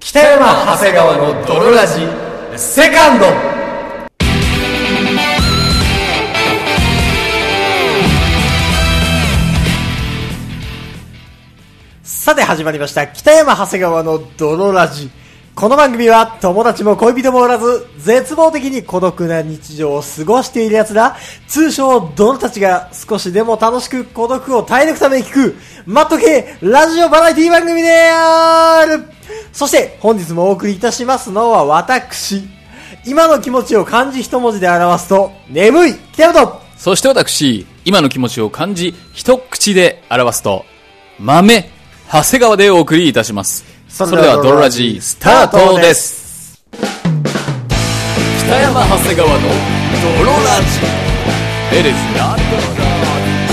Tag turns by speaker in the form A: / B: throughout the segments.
A: 北山長谷川の泥ラジセカンドさて始まりました北山長谷川の泥ラジこの番組は友達も恋人もおらず絶望的に孤独な日常を過ごしている奴ら通称泥たちが少しでも楽しく孤独を耐え抜くために聞くマット系ラジオバラエティ番組であるそして本日もお送りいたしますのは私今の気持ちを漢字一文字で表すと眠い北山と
B: そして私、今の気持ちを漢字一口で表すと、豆、長谷川でお送りいたします。それでは、ドロラジー、スタートです。北山長谷川のドロラジー。It is not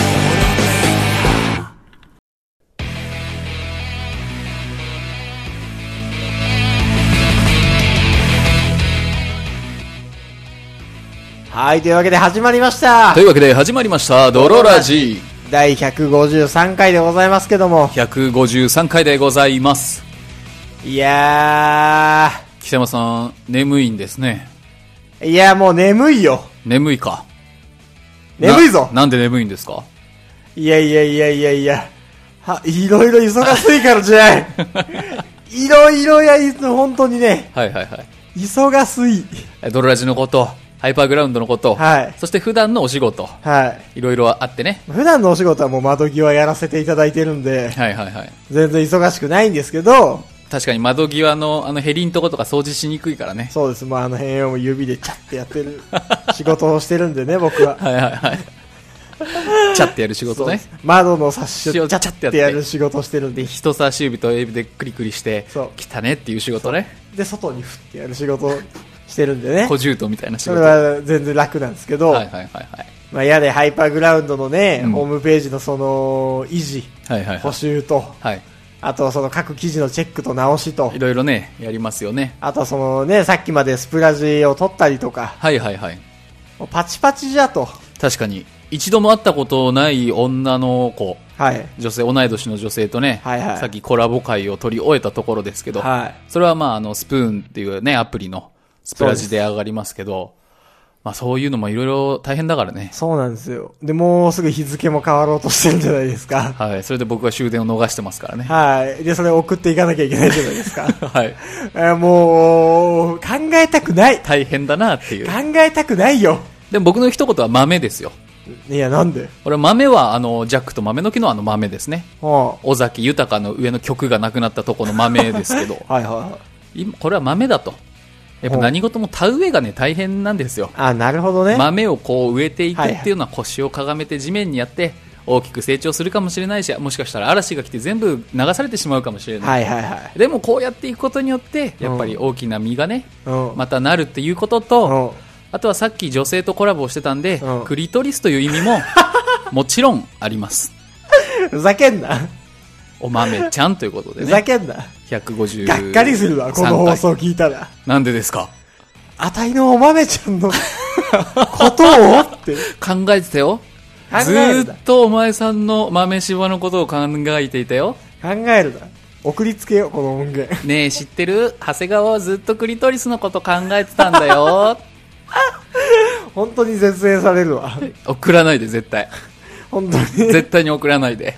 A: はいというわけで始まりました
B: というわけで始まりました、ドロラジ
A: 第153回でございますけども
B: ー。153回でございます。
A: いや
B: 北山さん、眠いんですね。
A: ーいやもう眠いよ
B: 眠いか。
A: 眠いぞ
B: ななんで眠いんで すか
A: いやいやいやいやいやはいろいろ忙しいからじゃないいろいろやい本当にね
B: はいはいはい。
A: 忙しい
B: えドロラジのこと、ハイパーグラウンドのこと、
A: はい
B: そして普段のお仕事、
A: はい
B: いろいろあってね。
A: 普段のお仕事はもう窓際やらせていただいてるんで
B: はいはいはい。
A: 全然忙しくないんですけど
B: 確かに窓際のあのヘリんとことか掃除しにくいからね。
A: そうですもうあの辺をもう指でチャッてやってる仕事をしてるんでね僕は
B: はいはい はい。チャってやる仕事
A: そうで
B: ね。
A: す窓の冊子を
B: を
A: チ
B: チ
A: ャ
B: ャ
A: ッ
B: ッ
A: て
B: て
A: や
B: やって
A: る仕事をしてるんで
B: 人差し指と親指でクリクリして
A: そう、
B: 来たねっていう仕事ね。
A: で外に振ってやる仕事をしてるんでね
B: 小獣とみたいな仕
A: それ
B: 事。はい
A: は全然楽なんですけど、
B: はいはいはい。
A: まあ、やでハイパーグラウンドのね、
B: うん
A: ホームページのその維持、
B: はいはいは
A: 補
B: い。
A: 修と、
B: はい。
A: あとはその各記事のチェックと直しと
B: い、ろいろね、やりますよね。
A: あとはそのね、さっきまでスプラジを撮ったりとか、
B: はいはいはい。
A: もうパチパチじゃと。
B: 確かに、一度も会ったことない女の子、
A: はい。
B: 女性、同い年の女性とね、
A: はいはい
B: さっきコラボ会を取り終えたところですけど、
A: はい。
B: それはまあ、あの、スプーンっていうね、アプリのスプラジで上がりますけど、まあそういうのもいろいろ大変だからね。
A: そうなんですよ。で、もうすぐ日付も変わろうとしてるんじゃないですか。
B: はい。それで僕は終電を逃してますからね。
A: はい。で、それを送っていかなきゃいけないじゃないですか。
B: はい。
A: えーもう、考えたくない。考
B: 大変だなっていう。
A: えたくないよ。
B: でも僕の一言は豆ですよ。
A: いや、なんで
B: 俺豆はあの、ジャックと豆の木のあの豆ですね。
A: は
B: 尾崎豊の上の曲がなくなったとこの豆ですけど
A: あ、はいはいはい。
B: 今、これは豆だと。やっぱ何事も田植えがね、大変なんですよ。
A: あ、なるほどね。
B: 豆をこう植えていく
A: はいはい
B: っていうのは腰をかがめて地面にやって大きく成長するかもしれないしもしかしたら嵐が来て全部流されてしまうかもしれない、
A: はいはいはい。
B: でもこうやっていくことによってやっぱり大きな実がね、
A: うん。
B: またなるっていうこと
A: う
B: と、
A: ん。
B: あとはさっき女性とコラボをしてたんで、
A: うん
B: クリトリスという意 味ももちろんあります
A: ふざけんな。
B: お豆ちゃんということ
A: ふ
B: で
A: ざ
B: ね
A: けんな。
B: 150
A: がっかりするわ、この放送聞いたら。
B: なんでですか
A: あたいのお豆ちゃんの ことをって。
B: 考えてたよ
A: 考
B: ず
A: えるな
B: ーっとお前さんの豆柴のことを考えていたよ
A: 考えるな。送りつけよう、この音源。
B: ねえ知ってる長谷川はずっとクリトリスのこと考えてたん だよ
A: 本当に絶縁されるわ。
B: 送らないで絶対
A: 本当に。
B: 絶対に送らないで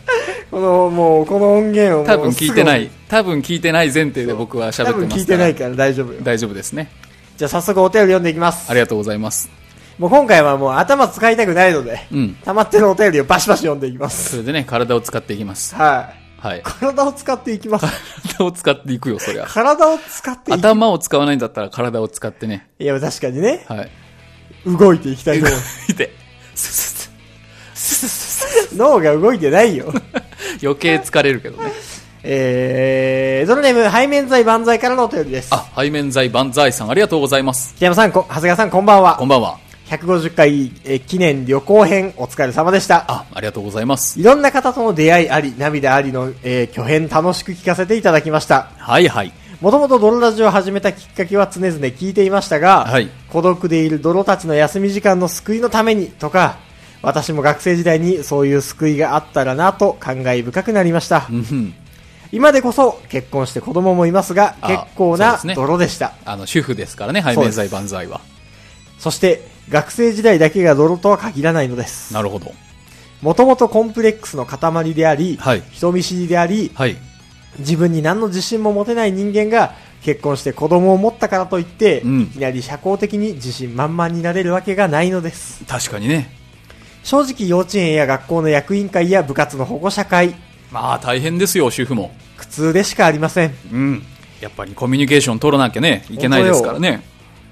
A: この、もう、この音源をもう
B: 多分聞いてな
A: す
B: い多分聞いてない前提で僕は
A: ぐ。
B: 喋
A: 多
B: って
A: 分
B: ますから
A: 聞いてないから大丈夫よ。
B: 大丈夫ですね
A: じゃあ早速お便り読んでいきます。
B: ありがとうございます
A: もう今回はもう頭使いたくないので、
B: うん
A: 溜まってるお便りをバシバシ読んでいきま
B: そ
A: す。
B: れでね体を使っていきます
A: はい。
B: はい
A: 体を使っていきます。
B: 体を使っていくよ そりゃ
A: 体を使っていき、
B: 頭を使わないんだったら体を使ってね
A: いや、確かにね、
B: はい
A: 動いていきた いと思う。
B: 見てススススススス
A: 脳が動いてないよ。
B: 余計疲れるけどね
A: えー、ゾロネーム、背面剤万歳からのお便りです。
B: あ背面剤万歳さんありがとうございます
A: 北山さん、こ長谷川さん、こんばんは。
B: こんばんは
A: 150回、えー記念旅行編、お疲れ様でした。
B: あありがとうございます
A: いろんな方との出会いあり、涙ありの、えー、巨編楽しく聞かせていただきました。
B: はいはい
A: もともと泥ラジオを始めたきっかけは常々聞いていましたが、
B: はい
A: 孤独でいる泥たちの休み時間の救いのためにとか、私も学生時代にそういう救いがあったらなと感慨深くなりました。
B: うんうん
A: 今でこそ結婚して子供もいますが、
B: あ
A: 結構
B: そう
A: な
B: ですね
A: 泥でした。
B: あの、主婦ですからね、背面剤万歳は。
A: そして、学生時代だけが泥とは限らないのです
B: な。るほど。
A: もともとコンプレックスの塊であり、
B: はい
A: 人見知りであり、
B: はい。
A: 自分に何の自信も持てない人間が結婚して子供を持ったからといって、
B: うん
A: いきなり社交的に自信満々になれるわけがないのです
B: 確かにね。
A: 正直幼稚園や学校の役員会や部活の保護者会
B: まあ、大変ですよ、主婦も。
A: 苦痛でしかありません
B: うん。やっぱりコミュニケーション取らなきゃね、いけないですからね。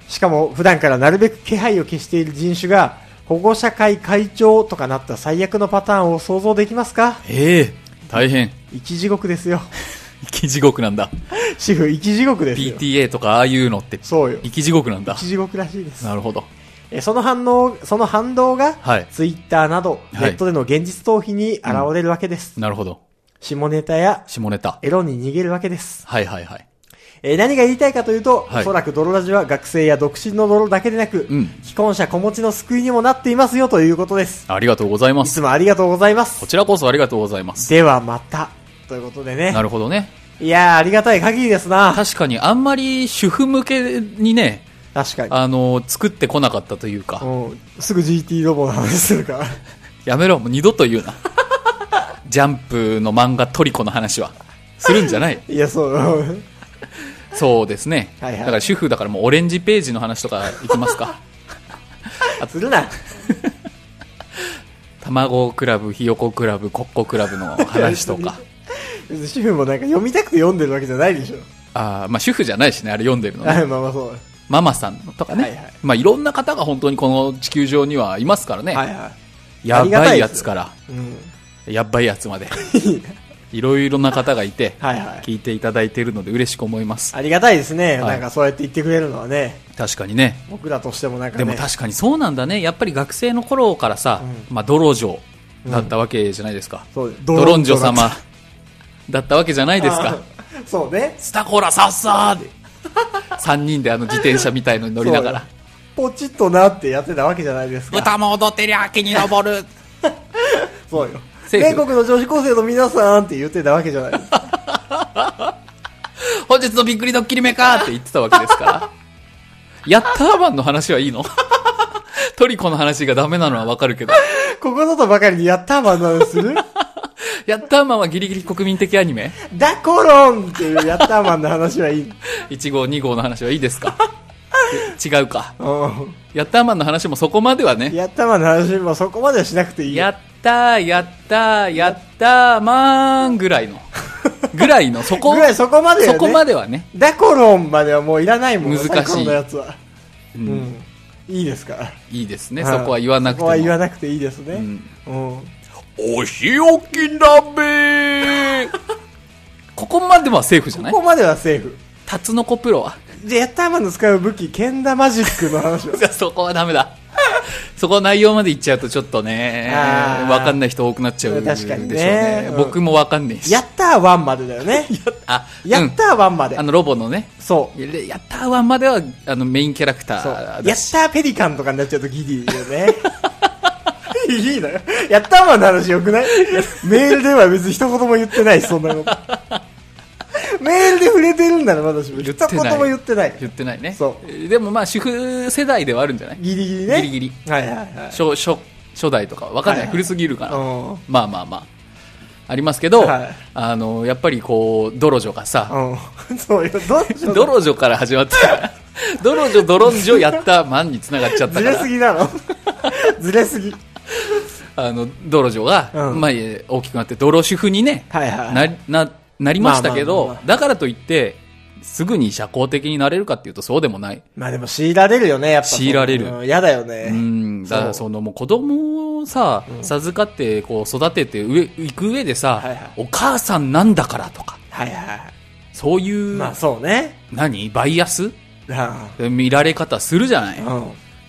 A: しかも普段からなるべく気配を消している人種が保護者会会長とかなった最悪のパターンを想像できますか
B: ええ大変。
A: 生き地獄 ですよ
B: 生き地獄なんだ。
A: 主婦生き地獄ですよ
B: PTA とかああいうのって、
A: そうよ
B: 生き地獄なんだ
A: 生き。地獄らしいです
B: なるほど。
A: えーその反応、その反動が、
B: はい
A: ツイッターなど、ネ
B: はい
A: ットでの現実逃避に現れるわけです。
B: なるほど。
A: 下ネタや
B: 下ネタ。
A: エロに逃げるわけです。
B: はいはいはい。
A: えー何が言いたいかというと、
B: はい
A: おそらく泥ラジは学生や独身の泥だけでなく、
B: うん
A: 既婚者子持ちの救いにもなっていますよということです。
B: ありがとうございま
A: い
B: す。
A: つもありがとうございます
B: こ。ちらこそありがとうございます。
A: ではまた。ということでね
B: な。るほどね。
A: いやー、ありがたい限りですな。
B: 確かにあんまり主婦向けにね、
A: 確かに。
B: あの作ってこなかったというか、
A: うん、すぐ GT ロボの話するから。
B: やめろ、もう二度と言うな。 ジャンプの漫画トリコの話は。するんじゃ ない。
A: いや、そう。うん
B: そうですね。
A: はいはい
B: だから主婦だからもうオレンジページの話とかいきます か。
A: するな。
B: 卵クラブ、ひよこクラブ、コッコクラブの話とか。
A: 主婦もなんか読みたくて読んでるわけじゃないでしょ。
B: あーまあ主婦じゃないしね、あれ読んでるのね。
A: あまあまあそう。
B: ママさんとかね。
A: はいいはい
B: まあいろんな方が本当にこの地球上にはいますからね。
A: はいは
B: やばいやつから、
A: い。うん。
B: やばいやつ まで。いろいろな方がいて、
A: はいはい。
B: 聞いていただいているので嬉しく思います。
A: ありがたいですね。
B: はい
A: なんかそうやって言ってくれるのはね。
B: 確かにね。
A: 僕らとしてもなんかね。
B: でも確かにそうなんだね。やっぱり学生の頃からさ、まあ、泥嬢だったわけじゃないですか。
A: そう、
B: ドロンジョ様 だったわけじゃないですか。
A: あー。 そうね。
B: スタコラさっさーで。3人であの自転車みたいのに乗りながら
A: そう。ポチッとなってやってたわけじゃないですか。
B: 歌も踊ってりゃ木に登る。
A: そうよ。全
B: 政府
A: 国の女子高生の皆さんって言ってたわけじゃないですか。
B: 本日のびっくりドッキリめかーって言ってたわけです から。ヤッターマンの話はいいの トリコの話がダメなのはわかるけど。
A: ここぞとばかりにやったまなのする
B: ヤッターマンはギリギリ国民的アニメ
A: ダコロンっていうやったまんの話はいい。
B: 1号2号の話はいいですか 違うか
A: うん
B: ヤッターマンの話もそこまではね
A: やったまんの話もそこまではしなくていいよ。
B: やったーやったーやったーまーんぐら いのぐらいのそこ
A: ぐらいそこまでよね
B: そこまではね
A: ダコロンまではもういらないもん
B: 難しい
A: ダコロンのやつは。う
B: う
A: んん。いいですから。
B: いいですね
A: はい
B: そこは言わなく
A: そこは
B: て
A: 言
B: も
A: わなくていいですね。うん。
B: お仕置き鍋ここまではセーフじゃ
A: こ
B: ない
A: こまではセーフ。
B: タツノコプロは。
A: じゃあ、ヤッターマンの使う武器、ケンダマジックの話を
B: そこはダメだそこの内容までいっちゃうとちょっとね
A: あー
B: わかんない人多くなっちゃうで
A: 確
B: しょ
A: か
B: う
A: にね
B: ね
A: うん
B: 僕もわかんないし
A: ヤッターワンまでだよね。
B: あ、
A: ヤッターワンま
B: う
A: で
B: んあ。のロボのね、
A: そう。
B: やったーワンまではあのメインキャラクタ
A: そう。
B: ー
A: ヤ
B: だ
A: ッ
B: し、
A: ターペリカンとかになっちゃうとギリいいよね。 いいのよ。ヤッターマンの話よくないメールでは別に一言も言ってないし、そんな こと。メールで触れてるんならまだしも
B: 言
A: 一
B: ってない
A: 言も言ってない。
B: 言ってないね。
A: そ
B: でもまあ主婦世代ではあるんじゃない
A: ギリギリね。
B: ギリギリ。
A: はいはいはい。
B: 初初初代とかわかんない、
A: はいはい
B: 古すぎるから、
A: うん
B: まあまあまあありますけど、
A: はい
B: あのやっぱりこうドロジョがさ、
A: うん。 そうよ。どうしよう
B: ドロジョから始まってから ドロジョドロンジョやったーマンに繋がっちゃった
A: ず
B: か
A: れす
B: ら
A: ぎ なのずれすぎ。
B: あのドロジョが、
A: うん
B: まあ、えー大きくなって泥主婦にね、
A: はいはい
B: なななりまし
A: ま
B: たけ
A: あまあ
B: ど
A: まあ、
B: だからといって、すぐに社交的になれるかっていうとそうでもない。
A: まあでも強いられるよね、やっぱ。
B: 強いられる
A: うん嫌だよね。
B: うん、だから
A: そう
B: そのもう子供をさ、授かってこう育てて上、行く上でさ、
A: はいはい
B: お母さんなんだからとか、
A: はいは
B: そういう、
A: い。まあそうね。
B: 何バイアス
A: うん
B: 見られ方するじゃない、
A: う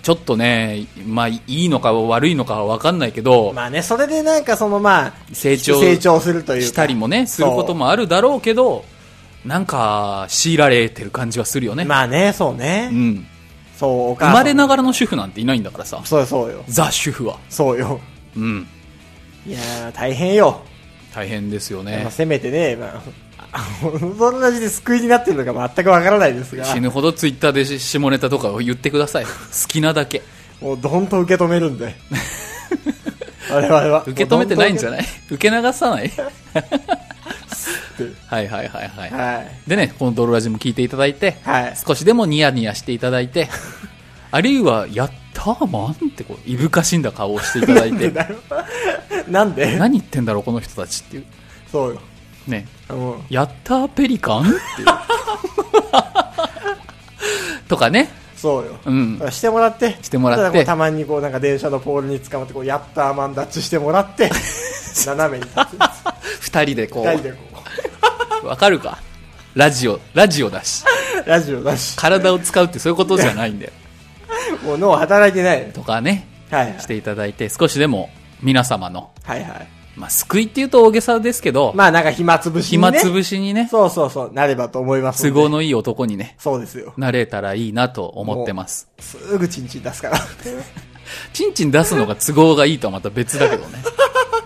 B: ちょっとね、まあいいのか悪いのかわかんないけど、
A: ん。まあね、それでなんかそのまあ、
B: 成長
A: 成長するというか。
B: したりもね、することもあるだろうけど、なんか強いられてる感じはするよね。
A: まあね、そう
B: う
A: ね。
B: ん。
A: そう、お母
B: 生
A: さん。
B: まれながらの主婦なんていないんだからさ。
A: そうよそうよ。
B: ザ主婦は。
A: そうよ。
B: うん。
A: いやー、大変よ。
B: 大変ですよ
A: まあ
B: ね。
A: せめてね、まあ、 ドロラジで救いになってるのか全くわからないですが
B: 死ぬほどツイッターで下ネタとかを言ってくだ さい。好きなだけ。
A: もうどんと受け止めるん で我々は
B: 受け止めてないんじゃ
A: い
B: ない受け流さない
A: って
B: はいはいはいはい。
A: はい
B: でね、このドロラジも聞いていただいて、
A: はい
B: 少しでもニヤニヤしていただい て、あるいは、やったーマンってこう、いぶかしんだ顔をしていただ いて、
A: なんで
B: 何言ってんだろう、この人たちっていう。
A: そうよ
B: ね、
A: もう
B: やったーペリカン っていう。とかね、
A: そうよ、
B: うん
A: してもらって
B: してもらって
A: ただこうたまにこうなんか電車のポールに捕まってこうやったーマンダッチしてもら って斜めに立つ
B: 二人でこ
A: 二人でこ
B: う、わかるかラジオ、ラジオだし、
A: うラジオだし
B: 体を使うってそういうことじゃないんだよ。
A: もう脳働いてない
B: とかね、
A: はいはい
B: していただいて、少しでも皆様の、
A: はいはい
B: まあ、救いっていうと大げさですけど、
A: まあなんか暇つぶしに、ね、
B: 暇つぶしにね、
A: そうそうそうなればと思います
B: 都
A: んで
B: 合のいい男にね、
A: そうですよ
B: なれたらいいなと思ってます。
A: すぐチンチン出すから
B: チンチン出すのが都合がいいとはまた別だ けどね。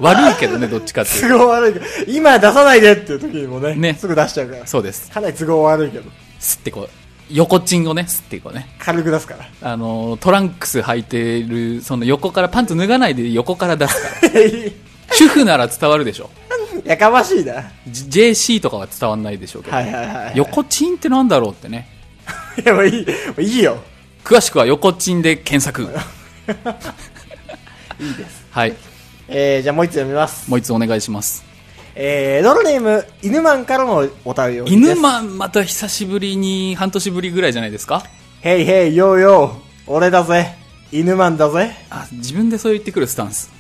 B: 悪いけどね、どっちかっていう
A: 都合悪いけど今出さないでっていう時にもね
B: ね
A: すぐ出しちゃうから
B: と。そうです。
A: かなり都合悪いけど
B: すってこう、横チンをね、すってこうね。
A: 軽く出すから
B: あの、トランクス履いてる、その横から、パンツ脱がないで横から出す から。主婦なら伝わるでしょ。
A: やかましいなは
B: J- JC とかは伝わんないでしょうけど。
A: いはいはい
B: 横チンってなんだろうってね。
A: いやもういいもういいよ
B: 詳しくは横チンで検索。
A: いいです
B: はい。
A: えー、じゃあもう一つ読みます
B: もう一つお願いします。
A: えー、ドロネーム犬マンからのお便りです
B: 犬マン、また久しぶりに、半年ぶりぐらいじゃないですか
A: ヘイヘイヨーヨー俺だぜ犬マンだぜ
B: あ、自分でそう言ってくるスタンス。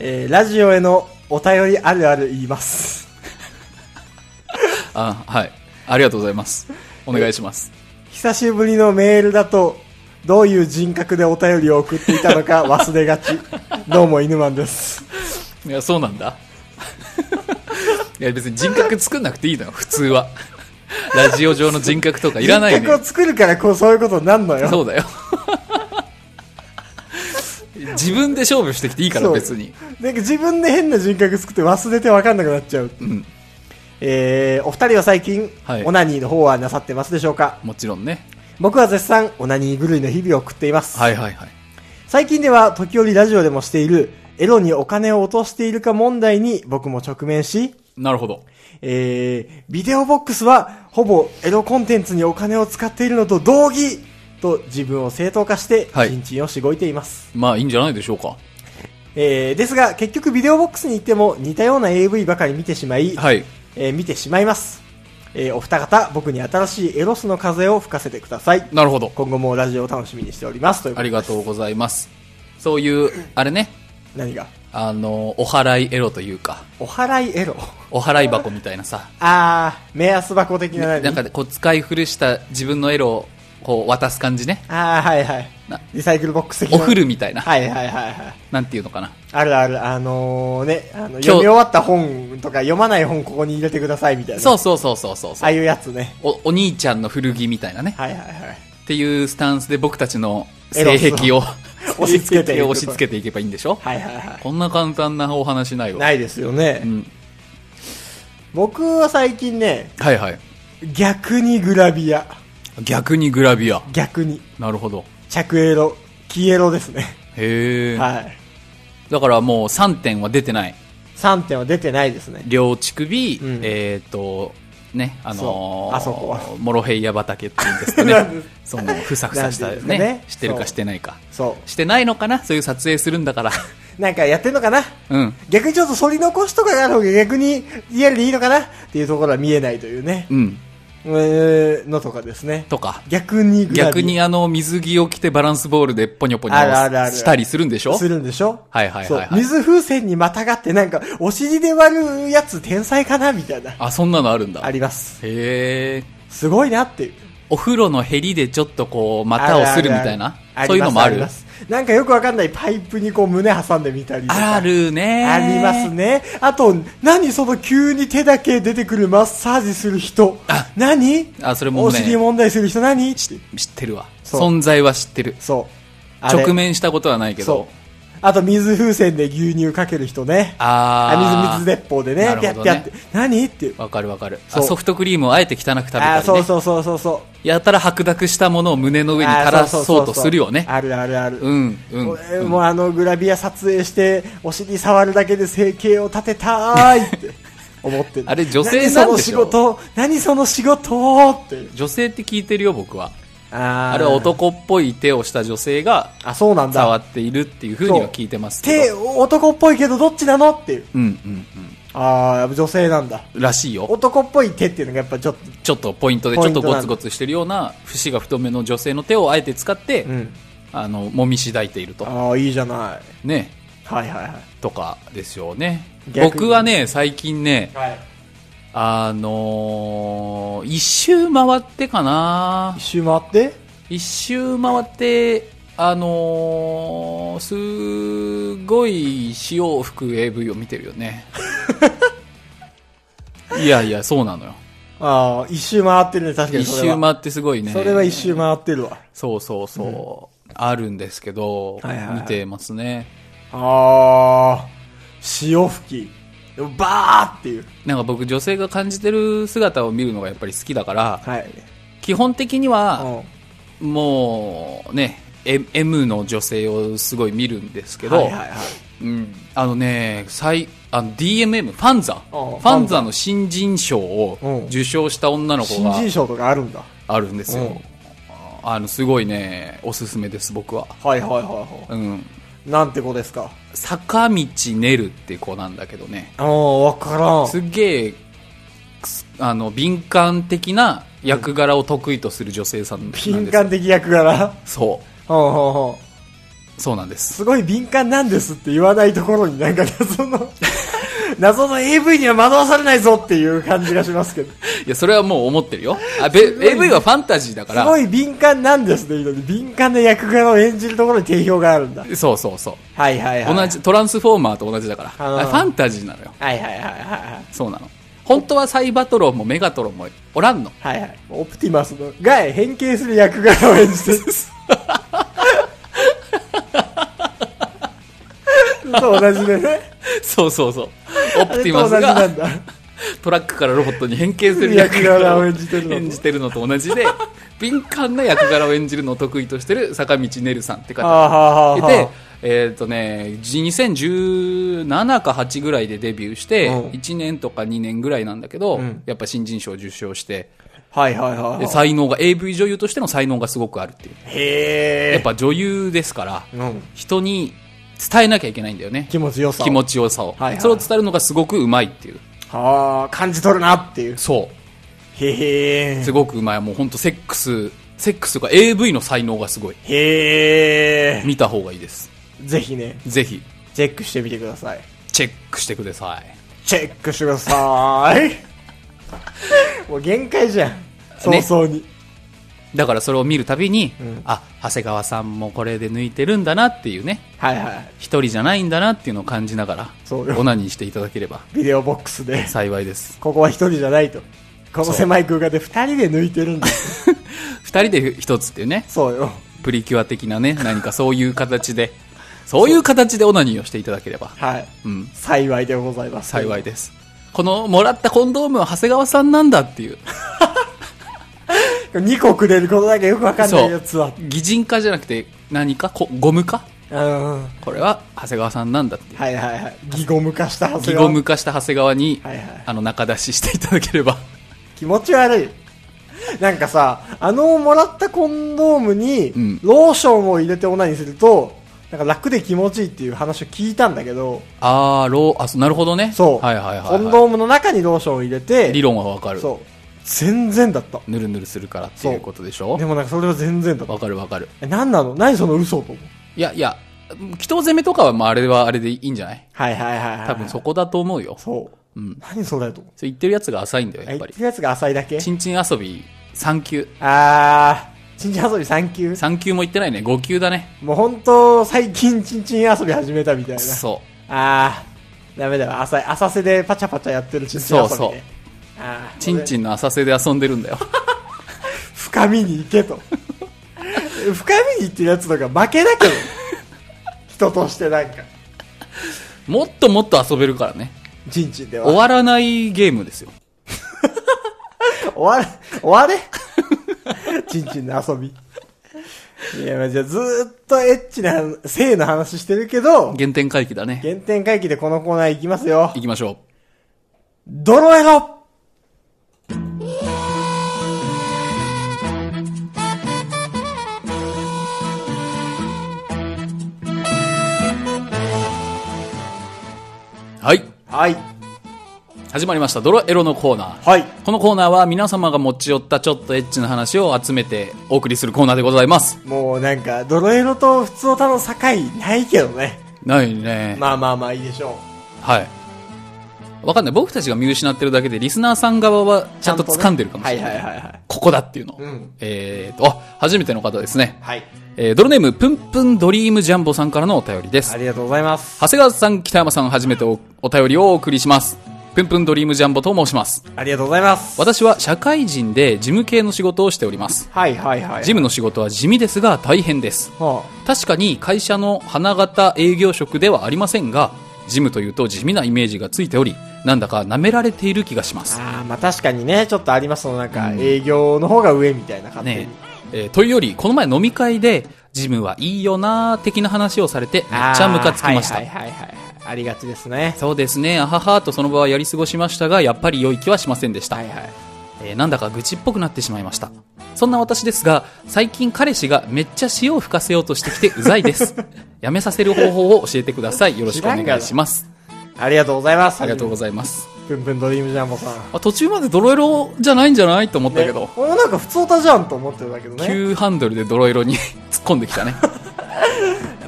A: えー、ラジオへのお便りあるある言います
B: あ、はい。ありがとうございます。お願いします。
A: 久しぶりのメールだとどういう人格でお便りを送っていたのか忘れがちどうも犬マンです
B: いや、そうなん だ。いや、別に人格作んなくていいのよ、普通は。ラジオ上の人格とかいらない
A: 人
B: ね。
A: 格を作るからこうそういうことになるのよ
B: そうだよ。自分で勝負してきていいから、
A: そう
B: 別に。
A: なんか自分で変な人格作って忘れて分かんなくなっちゃう、
B: ん
A: えーお二人は最近、
B: はい
A: オナニーの方はなさってますでしょうか
B: もちろんね。
A: 僕は絶賛オナニー狂いの日々を送っています、
B: はいはいはい。
A: 最近では時折ラジオでもしているエロにお金を落としているか問題に僕も直面し、
B: なるほど。
A: えー、ビデオボックスはほぼエロコンテンツにお金を使っているのと同義と自分を正当化して、
B: はい
A: チンチンをしごいています。
B: まあ、いいんじゃないでしょうか。
A: えー、ですが結局ビデオボックスに行っても似たような AV ばかり見てしまい、
B: はい。
A: えー見てしまいます、えーお二方僕に新しいエロスの風を吹かせてください
B: なるほど。
A: 今後もラジオを楽しみにしておりますというこ
B: あ
A: と
B: りがとうございます。そういう、あれね、
A: 何が
B: あの、お祓いエロというか、
A: お払いエロ
B: お祓い箱みたいなさ、
A: あー目安箱的な何
B: なんかこう使い古した自分のエロをこう渡す感じね。
A: あーはいはい
B: な
A: リサイクルボックス的な
B: おふるみたいな。
A: はいはいはいはい
B: なんていうのかな。
A: あるあるあのー、ねあの読み終わった本とか読まない本ここに入れてくださいみたいな
B: そうそうそうそうそう
A: あ
B: そ
A: あ
B: う。
A: いうやつね
B: お、お兄ちゃんの古着みたいなね。
A: はいはいはい
B: っていうスタンスで僕たちの
A: エロ
B: 性癖を、
A: 押し付けていく
B: 性癖を 押し付けていけばいいんでしょ
A: はいはいはい
B: こんな簡単なお話ないわ。
A: ないですよね、
B: うん
A: 僕は最近ね
B: はいはい。
A: 逆にグラビア
B: 逆にグラビア。
A: 逆に
B: なるほど。
A: 着エロ黄エロですね、
B: へえ。
A: はい
B: だからもう3点は出てない。
A: 3点は出てないですね
B: 両乳首、
A: うん
B: えっ、と、ね、あの
A: そう
B: ー、
A: あそこ
B: モロヘイヤ畑って言うんです か
A: なんで
B: ね。その、ふさふさした
A: なんていうん
B: ね
A: ですかね
B: してるかしてないか。
A: そ
B: してないのかなそういう撮影するんだから。
A: うなんかやってんのかな
B: うん。
A: 逆にちょっと反り残しとかがある方が逆にリアルでいいのかなっていうところは見えないというね、
B: うん。
A: えーのとかですね
B: とか。
A: 逆にグラビア
B: 逆にあの、水着を着てバランスボールでポニョポニ
A: あるあるあ
B: ョ
A: る
B: したりするんでしょ
A: するんでしょ
B: はいはいはいはい
A: そう水風船にまたがってなんかお尻で割るやつ天才かなみたいな
B: あ、そんなのあるんだ。
A: あります
B: へえ。
A: すごいなっていう
B: お風呂のヘリでちょっとこう、股をするみたいな
A: あるあるある
B: そういうのもある
A: りますりますなんかよくわかんないパイプにこう胸挟んでみたりとか
B: あるね。
A: あります。ね。あと、何その急に手だけ出てくるマッサージする人。
B: あ
A: 何
B: あそれもね
A: お尻問題する人何って
B: 知ってるわ。
A: そう
B: 存在は知ってる。
A: そう。あれ
B: 直面したことはないけ
A: そ
B: ど。
A: う。あと水風船で牛乳かける人ね。
B: あ
A: あ水、水鉄砲でね
B: な、る
A: ピャ
B: ほ
A: ッピ
B: どね
A: ャって。何っていう。
B: わかるわかる
A: そ
B: あ
A: う
B: ソフトクリームをあえて汚く食べたりね
A: あーそうそうそうそうそう。
B: やたら白濁したものを胸の上に
A: あー
B: 垂らそうとするよね
A: あるあるある。
B: うんうん
A: 俺
B: うん
A: もうあのグラビア撮影して、お尻触るだけで生計を立てたーいって 思ってる
B: あれ女性なんでしょ
A: 何その仕事、何その仕事って。
B: 女性って聞いてるよ僕は
A: あ
B: あれは男っぽい手をした女性が
A: あ、そうなん
B: 触
A: だ。
B: っているっていうふうには聞いてますけ
A: 手、
B: ど
A: 男っぽいけどどっちなのっていう。
B: うんうんう
A: ああ、やっぱ女性なんだ。
B: んらしいよ
A: 男っぽい手っていうのがやっぱちょっと、
B: ちょっとポイントでち
A: ポイ
B: ょっ
A: ント
B: と
A: なんだ
B: ゴツゴツしてるような節が太めの女性の手をあえて使って、
A: うん。
B: あの揉みしだいていると
A: ああ、いいじゃない。
B: ね
A: はいはいはい。
B: とかですよね
A: 逆に
B: 僕はね最近ね
A: はい、
B: あのー一周回ってかな
A: 一周回って
B: 一周回ってあのーすごい使用服 AV を見てるよ ねいやいやそうなのよ
A: ああ、一周回ってるね、確かに
B: 一
A: それは。
B: 周回ってすごいね
A: それは一周回ってるわ。
B: そうそうそう、あるんですけど、
A: はいはいはい
B: 見てますね
A: ああ、潮吹き。でもバーっていう。
B: なんか僕女性が感じてる姿を見るのがやっぱり好きだから
A: はい。
B: 基本的に
A: う
B: は
A: ん
B: もうね M- M の女性をすごい見るんですけど、
A: はいはいはい。
B: うん、あのね最あの DMM ファンザフ
A: ああ
B: ァンザの新人賞を
A: うん
B: 受賞した女の子
A: 新
B: が
A: 人賞とかあるんだ。
B: あるんです
A: う
B: よ
A: ん
B: あのすごいねおすすめです僕は、
A: はいはいはいは
B: うん、
A: い。なんて子ですか。
B: 坂道ねるって子なんだけどね
A: ああ、わからん。
B: すっげえくすあの敏感的な役柄を得意とする女性さんなんですよ
A: 敏感的役柄。
B: そ
A: ほうほうほう
B: うそうなんです
A: すごい敏感なんですって言わないところになんか謎 の、謎の AV には惑わされないぞっていう感じがしますけど。す
B: いやそれはもう思ってるよあべ AV はファンタジーだから
A: ごい敏感なんですね、いいのに敏感な役柄を演じるところに定評があるんだ。
B: そうそうそう
A: はいはいはい。
B: 同じ。トランスフォーマーと同じだから
A: あー
B: あれファンタジーなのよ
A: はいはいはいはいはい。
B: そうなの本当はサイバトロンもメガトロンもお らんの
A: はいはい。オプティマスの、が変形する役柄を演じてる。と同じでね。
B: そうそうそうオプティマス
A: あれと同じ
B: が
A: なんだ。
B: トラックからロボットに変形する役柄を
A: 役柄を演じてるのと
B: 演じてるのと同じで敏感な役柄を演じるのを得意としてる坂道ねるさんって
A: は
B: 方
A: あ、はあはあ
B: い
A: はあ、
B: て、えっ、とね、2017か8ぐらいでデビューして、
A: うん
B: 1年とか2年ぐらいなんだけど、
A: ん
B: やっぱ新人賞を受賞して、
A: はいはいはいは
B: で
A: い。
B: 才能が、AV 女優としての才能がすごくあるっていう。
A: へえ。
B: やっぱ女優ですから、
A: うん。
B: 人に伝えなきゃいけないんだよね。
A: 気持ちよさを。
B: 気持ちよさを、
A: はいはい
B: それを伝えるのがすごくうまいっていう。
A: はあ、感じ取るなっていう。
B: そ
A: へ
B: う。
A: え
B: す。ごくうまい。もう本当セックス、セックスとか AV の才能がすごい。
A: へえ。
B: 見た方がいいです。
A: ぜひね、
B: ぜひ、
A: チェックしてみてください。
B: チェックしてください。
A: チェックしてくださ い。もう限界じゃん。早々に。
B: だからそれを見るたびに、
A: ん
B: あ長谷川さんもこれで抜いてるんだなっていうね
A: はいはい。
B: 一人じゃないんだなっていうのを感じながら
A: そうよ
B: オナニーしていただければ
A: ビデオボックスで。
B: 幸いです
A: ここは一人じゃないと。この狭い空間で二人で抜いてるんだ。
B: 二人で一つっていうね
A: そうよ。
B: プリキュア的 なね何かそういう形でそういう形でオナニーをしていただければ
A: はい。
B: うん
A: 幸いでございます。
B: 幸い。ですこのもらったコンドームは長谷川さんなんだっていう
A: 2個くれることだけよくわかんな
B: そ
A: いうやつは。
B: 擬人化じゃなくて何かこゴムか
A: うん。は
B: これは長谷川さんなんだっていう
A: いはいはい。ギゴム化したはず
B: 義
A: が。
B: ゴム化した長谷川に、
A: はいはい
B: あの仲出ししていただければ
A: 気持ち悪い。なんかさ、あのもらったコンドームに
B: ん、
A: ローションを入れてオナにすると、なんか楽で気持ちいいっていう話を聞いたんだけど、
B: あーローあ、そうなるほどね。
A: そう。
B: はいはいはい、
A: コン
B: は
A: ドームの中にローションを入れて、
B: い。理論はわかる。
A: そう。全然だった。
B: ぬるぬるするからっていうことでしょ
A: でもなんかそれは全然だった。
B: わかるわかる。
A: え、なんなの何その嘘と思う。
B: いやいや、祈祷攻めとかは、まあ、あれはあれでいいんじゃない
A: はいはいはい、はい。
B: 多分そこだと思うよ。そ
A: そう。
B: うん
A: 何それと思う。
B: れ言ってるやつが浅いんだよ、や
A: 言
B: っ
A: っ
B: ぱ
A: て
B: り。
A: るやつが浅いだけ
B: ちんちん遊び3級。
A: あー、チンチン遊び3級。
B: 3級も言ってないね。5級だね。
A: もうほんと、最近チンチン遊び始めたみたいな。
B: そ
A: あー、ダメだわ。浅い。浅瀬でパチャパチャやってるチンチン遊び、ね。
B: そうそう
A: あー
B: う。ちんち
A: ん。
B: んの浅瀬で遊んでるんだよ。
A: 深 みに行けと。深みに行ってるやつとか負けだけど。一人としてなんか、
B: もっともっと遊べるからね。
A: ちんちんでは。
B: 終わらないゲームですよ。
A: 終われ、終われ ちんちんの遊び。いや、まあじゃあずーっとエッチな性の話してるけど、
B: 原点回帰だね。
A: 原点回帰でこのコーナー行きますよ。
B: 行きましょ
A: 泥エロ
B: う。はい。
A: はい。
B: 始まりました。ドロエロのコーナー。
A: はい。
B: このコーナーは皆様が持ち寄ったちょっとエッチな話を集めてお送りするコーナーでございます。
A: もうなんか、泥エロと普通の他の境ないけどね。
B: ないね。
A: まあまあまあいいでしょ
B: はい。わかんない。僕たちが見失ってるだけで、リスナーさん側は
A: う。
B: ちゃんと掴んでるかもしれない。
A: はいはいはいはい。
B: ここだっていうのを。
A: うん
B: えーと、あ、初めての方ですね。
A: はい。
B: えー、ドルネーム、プンプンドリームジャンボさんからのお便りです
A: あ。りがとうございます。
B: 長谷川さん、北山さん、初めておお便りをお送りします。プンプンドリームジャンボと申します。
A: ありがとうございます。
B: 私は社会人で事務系の仕事をしております。
A: はいはいはい。
B: 事務の仕事は地味ですが大変です。
A: は
B: 確かに会社の花形営業職ではありませんが、ジムというと地味なイメージがついており、なんだか舐められている気がしま
A: あ、
B: す。
A: ああ、まあ確かにね、ちょっとありますの、なんか営業の方が上みたいな感じ。
B: ねええーというより、この前飲み会で、ジムはいいよなー的な話をされて、めっち
A: あー
B: ゃムカつきました。
A: はいはいはいはい。ありがちですね。
B: そうですね、あははーとその場はやり過ごしましたが、やっぱり良い気はしませんでした。
A: はいはい。
B: えーなんだか愚痴っぽくなってしまいました。そんな私ですが、最近彼氏がめっちゃ塩を吹かせようとしてきてうざ いです。やめさせる方法を教えてください。よろしくお願いします。
A: ありがとうございます。
B: ありがとうご
A: ざい
B: ざいます。
A: ます。ぷんぷんドリームジャンボさん。
B: あ途中までドロエロじゃないんじゃないと思ったけど
A: ね、俺もなんか普通歌じゃんと思ってたけどね。
B: 急ハンドルでドロエロに 突っ込んできたね。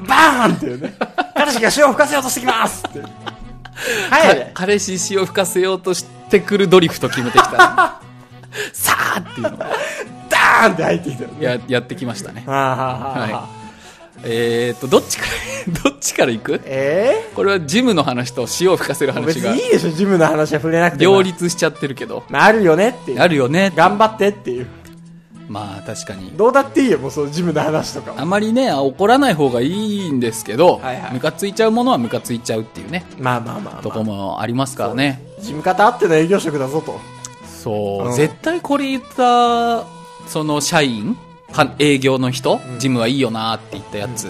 A: バーンっていうね。彼氏が塩を吹かせようとしてきますっていう。
B: か
A: はい。
B: 彼氏詩を吹かせようとしてくるドリフト決めて きた。さあっていうのを
A: ダーンって入ってきたよね。
B: ややってきましたね。
A: はあ、はあはあはあ、
B: えーっと、どっちから、どっちから 行く
A: え
B: これはジムの話と詩を吹かせる
A: え
B: 話
A: 別
B: が
A: にいいでしょ、ジムの話は触れなくても。
B: 両立しちゃってるけど。
A: まあ、あるよねっていう。
B: あるよね。
A: 頑張ってっていう。
B: まあ確かに。
A: どうだっていいよ、もうそのジムの話とか
B: あ
A: は。
B: まりね、怒らない方がいいんですけど、
A: はいはい
B: ムカついちゃうものはムカついちゃうっていうね、
A: まあまあまあ、
B: と
A: ま
B: こもありますからね。
A: あ。事務方あっての営業職だぞと。
B: そう、
A: うん
B: 絶対これ言った、その社員、は営業の人、ジムはいいよなって言ったやつ、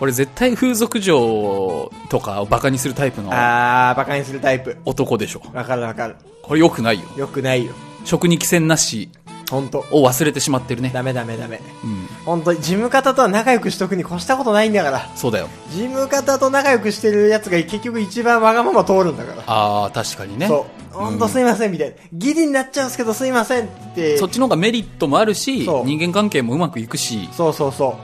B: これ絶対風俗嬢とかをバカにするタイプの
A: あー、バカにするタイプ。
B: 男でしょ。
A: わかるわかる。
B: これ良くないよ。
A: よくないよ。
B: 食に寄せなし
A: ほんと。
B: を忘れてしまってるね。
A: ダメダメダメ。
B: うん、
A: ほんと、事務方とは仲良くしとくに越したことないんだから。
B: そうだよ。
A: 事務方と仲良くしてるやつが結局一番わがまま通るんだから。
B: ああ、確かにね。
A: そう。ほんとすいません、みたいな。ギリになっちゃうんすけどすいませんって。
B: そっちの方がメリットもあるし、
A: そう
B: 人間関係もうまくいくし、
A: そうそうそ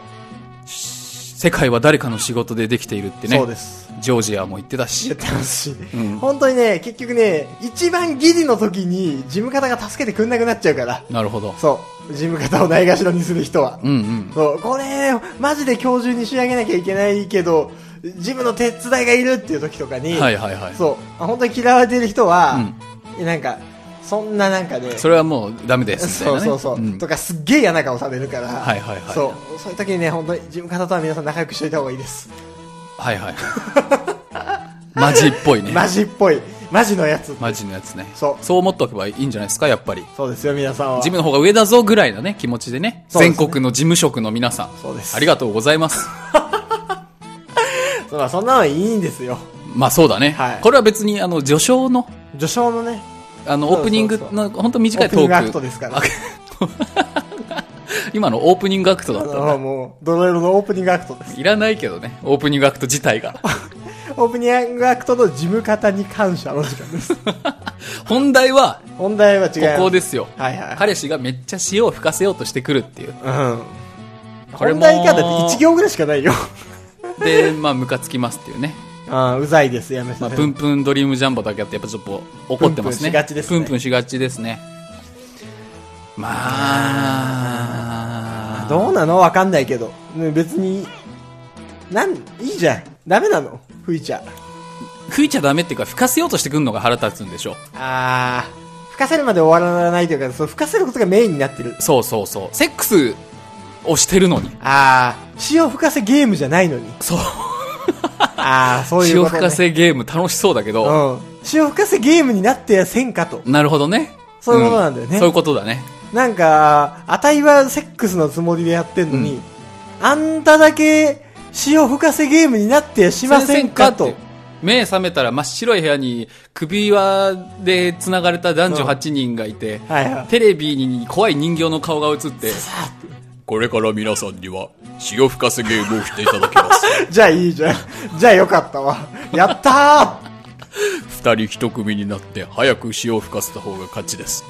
B: 世界は誰かの仕事でできているって
A: う。
B: ね。
A: そうです。
B: ジョージアも言ってたし。
A: 楽しい、
B: うん
A: 本当にね、結局ね、一番ギリの時に事務方が助けてくんなくなっちゃうから。
B: なるほど。
A: そう。事務方をないがしろにする人は。
B: うんうん。
A: そう。これ、マジで今日中に仕上げなきゃいけないけど、事務の手伝いがいるっていう時とかに、
B: はいはいはい。
A: そう。あ本当に嫌われてる人は、なんか、そんななんかね、
B: それはもうダメですみ
A: そう
B: たいなね。
A: そうそう、
B: ん
A: とかすっげえ嫌な顔されるから、
B: はいはいはい
A: そう。そういう時にね、本当に事務方とは皆さん仲良くしといた方がいいです。
B: はいはい。マジっぽいね。
A: マジっぽい。マジのやつ。
B: マジのやつね。
A: そう
B: 思っておけばいいんじゃないですか、やっぱり。
A: そうですよ、皆さんは。
B: ジムの方が上だぞぐらいのね、気持ちでね。
A: そうです
B: 全
A: ね
B: 国の事務職の皆さん。
A: そうです
B: ありがとうございます。
A: まあそんなのいいんですよ。
B: まあそうだね。
A: はい
B: これは別に、あの、序章の、
A: 序章のね、
B: あの、
A: そう
B: オ
A: そうそう
B: ープニングの、本当短いト
A: オープニング
B: ー
A: ア
B: ク。
A: クトですから
B: あ 今のオープニングアクトだ
A: あ
B: ったんだ
A: の、もう、ドロエロのオープニング アクトです。
B: いらないけどね、オープニングアクト自体が。
A: オープニングアクトの事務方に感謝の時間です。
B: 本題は、
A: 本題は違い
B: こ
A: ます。
B: こですよ。
A: はいはい。
B: 彼氏がめっちゃ塩を吹かせようとしてくるっていう。
A: うん。
B: これ
A: 本
B: も
A: 題以下だって1行ぐらいしかない よ。
B: で、まあ、ムカつきますっていうね。
A: ああ、うざいです、やめ
B: ま
A: さ
B: あ、
A: せ
B: プンプンドリームジャンボだけあって、やっぱちょっと怒ってます
A: プンプンし
B: ね。
A: がちですね
B: プンプンしがちですね。まあ、
A: どうなのわかんないけど。ね別に、なん、いいじゃん。ダメなの吹いちゃ。
B: 吹いちゃダメっていうか、吹かせようとしてくるのが腹立つんでしょ。
A: ああ、吹かせるまで終わらないというか、そう、吹かせることがメインになってる。
B: そうそうそう。セックスをしてるのに。
A: ああ、塩吹かせゲームじゃないのに。
B: そう。
A: ああ、そういう
B: 潮
A: こと、
B: 吹
A: ね。
B: かせゲーム楽しそうだけど、
A: うん。潮吹かせゲームになってやせんかと。
B: なるほどね。
A: そういうことなんだよね
B: うそういうことだね。
A: なんか、あたいはセックスのつもりでやってんのに、
B: うん
A: あんただけ潮吹かせゲームになってしませんか
B: せ
A: と
B: って。目覚めたら真っ白い部屋に首輪で繋がれた男女8人がいて、
A: はいはい。
B: テレビに怖い人形の顔が映って、
A: さ
B: これから皆さんには潮吹かせゲームをしていただ きます。
A: じゃあいいじゃん。じゃあよかったわ。やったー
B: 二人一組になって早く潮吹かせた方が勝ちです。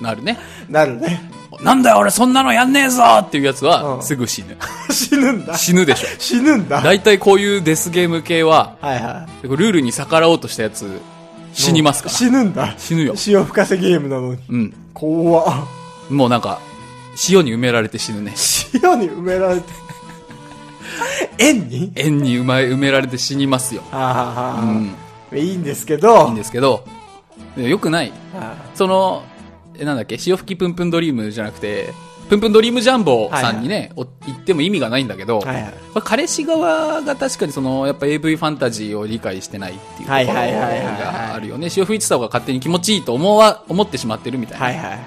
B: なるね。
A: なるね。
B: なんだよ俺そんなのやんねえぞっていうやつ
A: う
B: は
A: ん
B: すぐ死ぬ。
A: 死ぬんだ。
B: 死ぬでしょ。
A: 死ぬんだ。はい
B: 大体こういうデスゲーム系は、
A: は
B: ルールに逆らおうとしたやつ、
A: い。
B: 死にますから。
A: 死ぬんだ。
B: 死ぬよ。
A: 潮吹かせゲームなのに。
B: うん。
A: 怖っ。
B: もうなんか、塩に埋められて死ぬね。
A: 塩に埋められて。 円に
B: 円に埋め埋められて死にますよ。
A: ああ、
B: うん。
A: いいんですけど。
B: いいんですけど、よくない。
A: あ
B: その、え、なんだっけ、潮吹きプンプンドリームじゃなくて、プンプンドリームジャンボさんにね、お言っても意味がないんだけど、
A: あはいはい。
B: これ彼氏側が確かにその、やっぱ AV ファンタジーを理解してないっていうとこ
A: はい
B: ろ
A: はいはいはいはい
B: があるよね。潮吹いてた方が勝手に気持ちいいと思わ、思ってしまってるみたいな。
A: はいはい。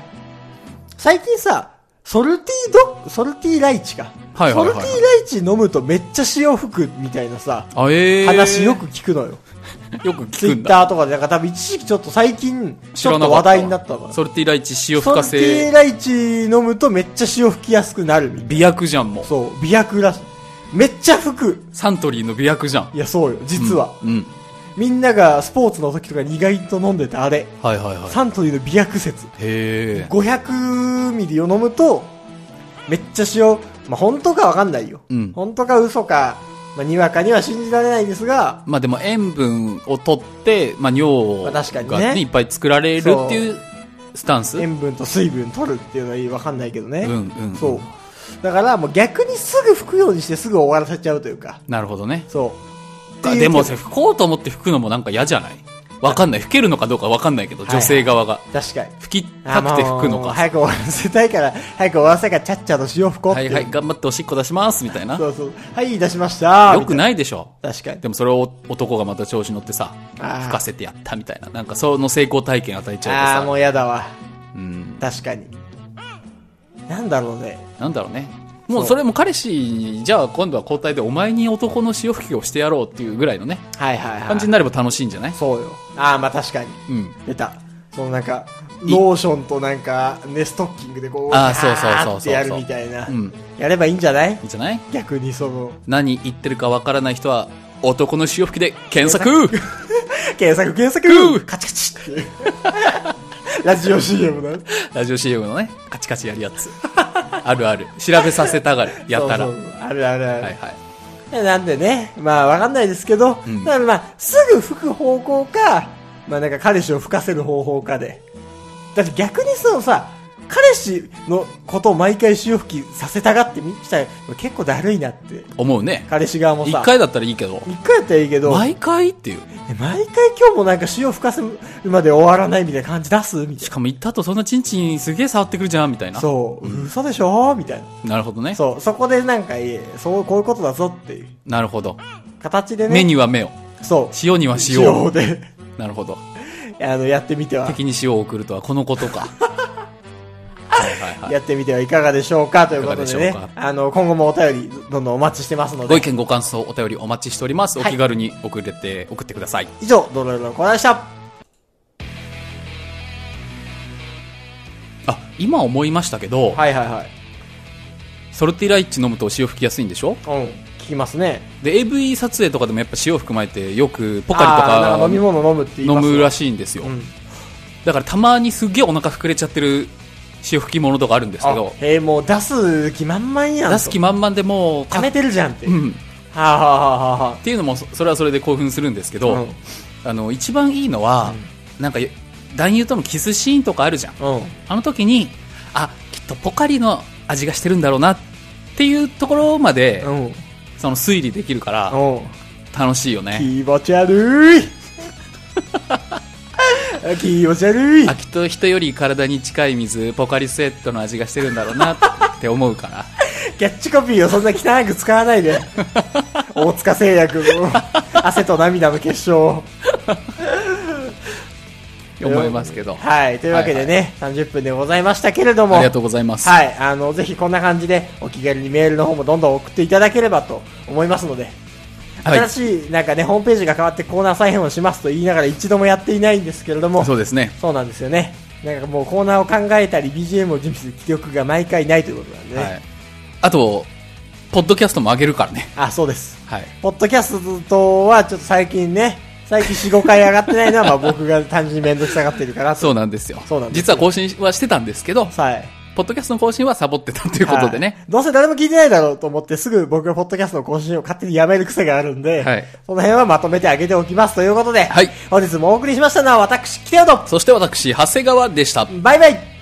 A: 最近さ、ソルティード、ソルティーライチか。
B: はいはいはいはい
A: ソルティーライチ飲むとめっちゃ潮吹くみたいなさ、
B: あ、えー、
A: 話よく聞くのよ。
B: よく
A: ツ
B: 聞
A: イ
B: くん
A: ッ
B: だ。
A: ターとかで、なんか多分一時期ちょっと最近、ち
B: 知
A: ょ
B: ら
A: っ
B: なか
A: と
B: った
A: 話題になったから。ソ
B: ソルティライチ塩吹
A: ルティ
B: か
A: ー
B: せ、
A: ライチ飲むとめっちゃ潮吹きやすくなるみたいな。
B: 美薬じゃんもう。
A: そう、美薬らしい。めっちゃ吹く。
B: サントリーの美薬じゃん。
A: いや、そうよ、実は。
B: うん。
A: みんながスポーツの時とかに意外と飲んでたあれ。
B: はいはいは
A: サントリーの美薬説。
B: い。へえ。
A: 500ミリを飲むと、めっちゃ塩、まあ、本当かわかんないよ。
B: うん
A: 本当か嘘か、まあ、にわかには信じられないですが、
B: まあでも塩分を取って、まあ尿
A: まあ
B: が、
A: 確かにね
B: いっぱい作られるっていうスタンス
A: 塩分と水分取るっていうのはわかんないけどね。
B: うんうん
A: そう。だからもう逆にすぐ吹くようにしてすぐ終わらせちゃうというか、
B: なるほどね。
A: そう。って
B: あ
A: いう
B: でも、吹こうと思って吹くのもなんか嫌じゃないわかんない。吹けるのかどうかわかんないけど、
A: いはい
B: 女性側が。
A: 確かに。
B: 吹きたくて吹くの
A: あもう
B: か。
A: 早く終わらせたいから、早く終わらせたいから、ちゃっちゃと塩吹こうっ
B: は
A: てい。
B: いうはい、頑張っておしっこ出します、みたいな。
A: そうそう。はい、出しました。
B: よく
A: み
B: ないでしょ。
A: たいな確かに。
B: でもそれを男がまた調子乗ってさ、
A: あー
B: 吹かせてやったみたいな。なんかその成功体験与えち
A: あ
B: ゃ
A: あー、も
B: うとさ。
A: うやだわ。
B: うん。
A: 確かに。なんだろうね。
B: なんだろうね。もうそれも彼氏に、じゃあ今度は交代でお前に男の潮吹きをしてやろうっていうぐらいのね、
A: はいはいはい。
B: 感じになれば楽しいんじゃない
A: そうよ。ああ、まあ確かに。
B: うん。
A: 出た。そのなんか、
B: い
A: ローションとなんか、ね、ストッキングでこう、
B: あーそうそうそうそう
A: ガーってやるみたいな。
B: うん。
A: やればいいんじゃない
B: いいんじゃない
A: 逆にその、
B: 何言ってるかわからない人は、男の潮吹きで検索
A: 検索検
B: う
A: 索
B: ー
A: カチカチっていう。ラジオ CM だ。
B: ラジオ CM のね、カチカチやるやつ。 あるある。調べさせた がる。やったら。
A: そうそうあるあるある。
B: はいはい。
A: なんでね、まあわかんないですけど、
B: うん
A: だからまあ、すぐ吹く方向か、まあなんか彼氏を吹かせる方法かで。だって逆にそのさ、彼氏のことを毎回潮吹きさせたがってみしたら結構だるいなって。
B: 思うね。
A: 彼氏側も
B: 一
A: さ。
B: 回だったらいいけど、
A: 一回やったらいいけど、毎
B: 毎回っていう。
A: 毎回今日もなんか潮吹かせるまで終わらないみたいな感じ出すみた
B: し
A: い
B: かも行った後そんなチンチンすげえ触ってくるじゃん、みたい
A: な。
B: な。
A: そう、嘘でしょみたい
B: なるほどね
A: な。。 そう、そこでなんか、えそう、こういうことだぞっていう
B: なるほど。
A: 形でね。
B: 目には目を。
A: そう。
B: 塩には塩を。
A: 塩で、
B: なるほど。
A: あの、やってみては。
B: 敵に塩を送るとはこのことか。 はいはいはい。
A: やってみてはいかがでしょうかということでね
B: いかがでしょう
A: あの今後もお便りどんどんお待ちしてますの
B: ご
A: で
B: 意見ご感想お便りお待ちしております。お
A: はい
B: 気軽に送れて、送ってください。
A: 以上ドロドロのコーナーでした
B: あ、今思いましたけど、
A: はいはいはい
B: ソルティライチ飲むと塩吹きやすいんでしょ
A: うん聞きますね
B: で、AV 撮影とかでもやっぱ塩含まれてよくポ
A: ポ
B: カリと
A: なんか飲み
B: か
A: 物飲むって言い
B: 飲
A: ます
B: むら
A: し
B: しいんですよ。
A: うん
B: だからたまにすげえお腹膨れちゃってる塩吹き物とかあるんですけど、
A: えー、もう出す気満々やんと
B: 出す気満々でもう、
A: 溜めてるじゃんって、
B: う
A: は
B: ん。っ
A: あ、はあはあは
B: ていうのもそそれはそれで興奮するんですけ
A: あ
B: ど、あの、一番いいのは、なんか、男優とのキスシーンとかあるじゃん。
A: うん、うん、
B: あの時に、あ、きっとポカリの味がしてるんだろうなっていうところまで、
A: うん
B: その推理できるから、
A: うん
B: 楽しいよね。
A: 気持ち悪い 気持ち悪い
B: あ、きっと人より体に近い水、ポカリスエットの味 がしてるんだろうなって思うから。
A: キャッチコピーをそんな汚く使わないで大塚製薬も汗と涙の結晶
B: 思いますけど。
A: はいというわけでね、30分でございましたけれども
B: ありがとうございます。
A: はいあのぜひこんな感じでお気軽にメールの方もどんどん送っていただければと思いますので
B: はい
A: 新しいなんかねホームページが変わってコーナー再編をしますと言いながら一度もやっていないんですけれども
B: そうですね。
A: そうなんですよねなんかもうコーナーを考えたり BGM を準備する気力が毎回ないということなんでね、
B: はい。あと、ポッドキャストも上げるからね。
A: あそうです
B: はい。
A: ポッドキャストはちょっと最近ね、最近4、5回上がってないのは、まあ僕が単純に面倒くさがってるから。
B: そううなんですよ。
A: そうなんです
B: 実は更新はしてたんですけど、
A: はい。
B: ポッドキャストの更新はサボってたとい
A: と
B: うことでね。
A: どうせ誰も聞いてないだろうと思って、すぐ僕がポッドキャストの更新を勝手にやめる癖があるんで、
B: はい
A: その辺はまとめてあげておきますということで、
B: はい
A: 本日もお送りしましたのは私、キテオド
B: そして私、長谷川でした。
A: バイバイ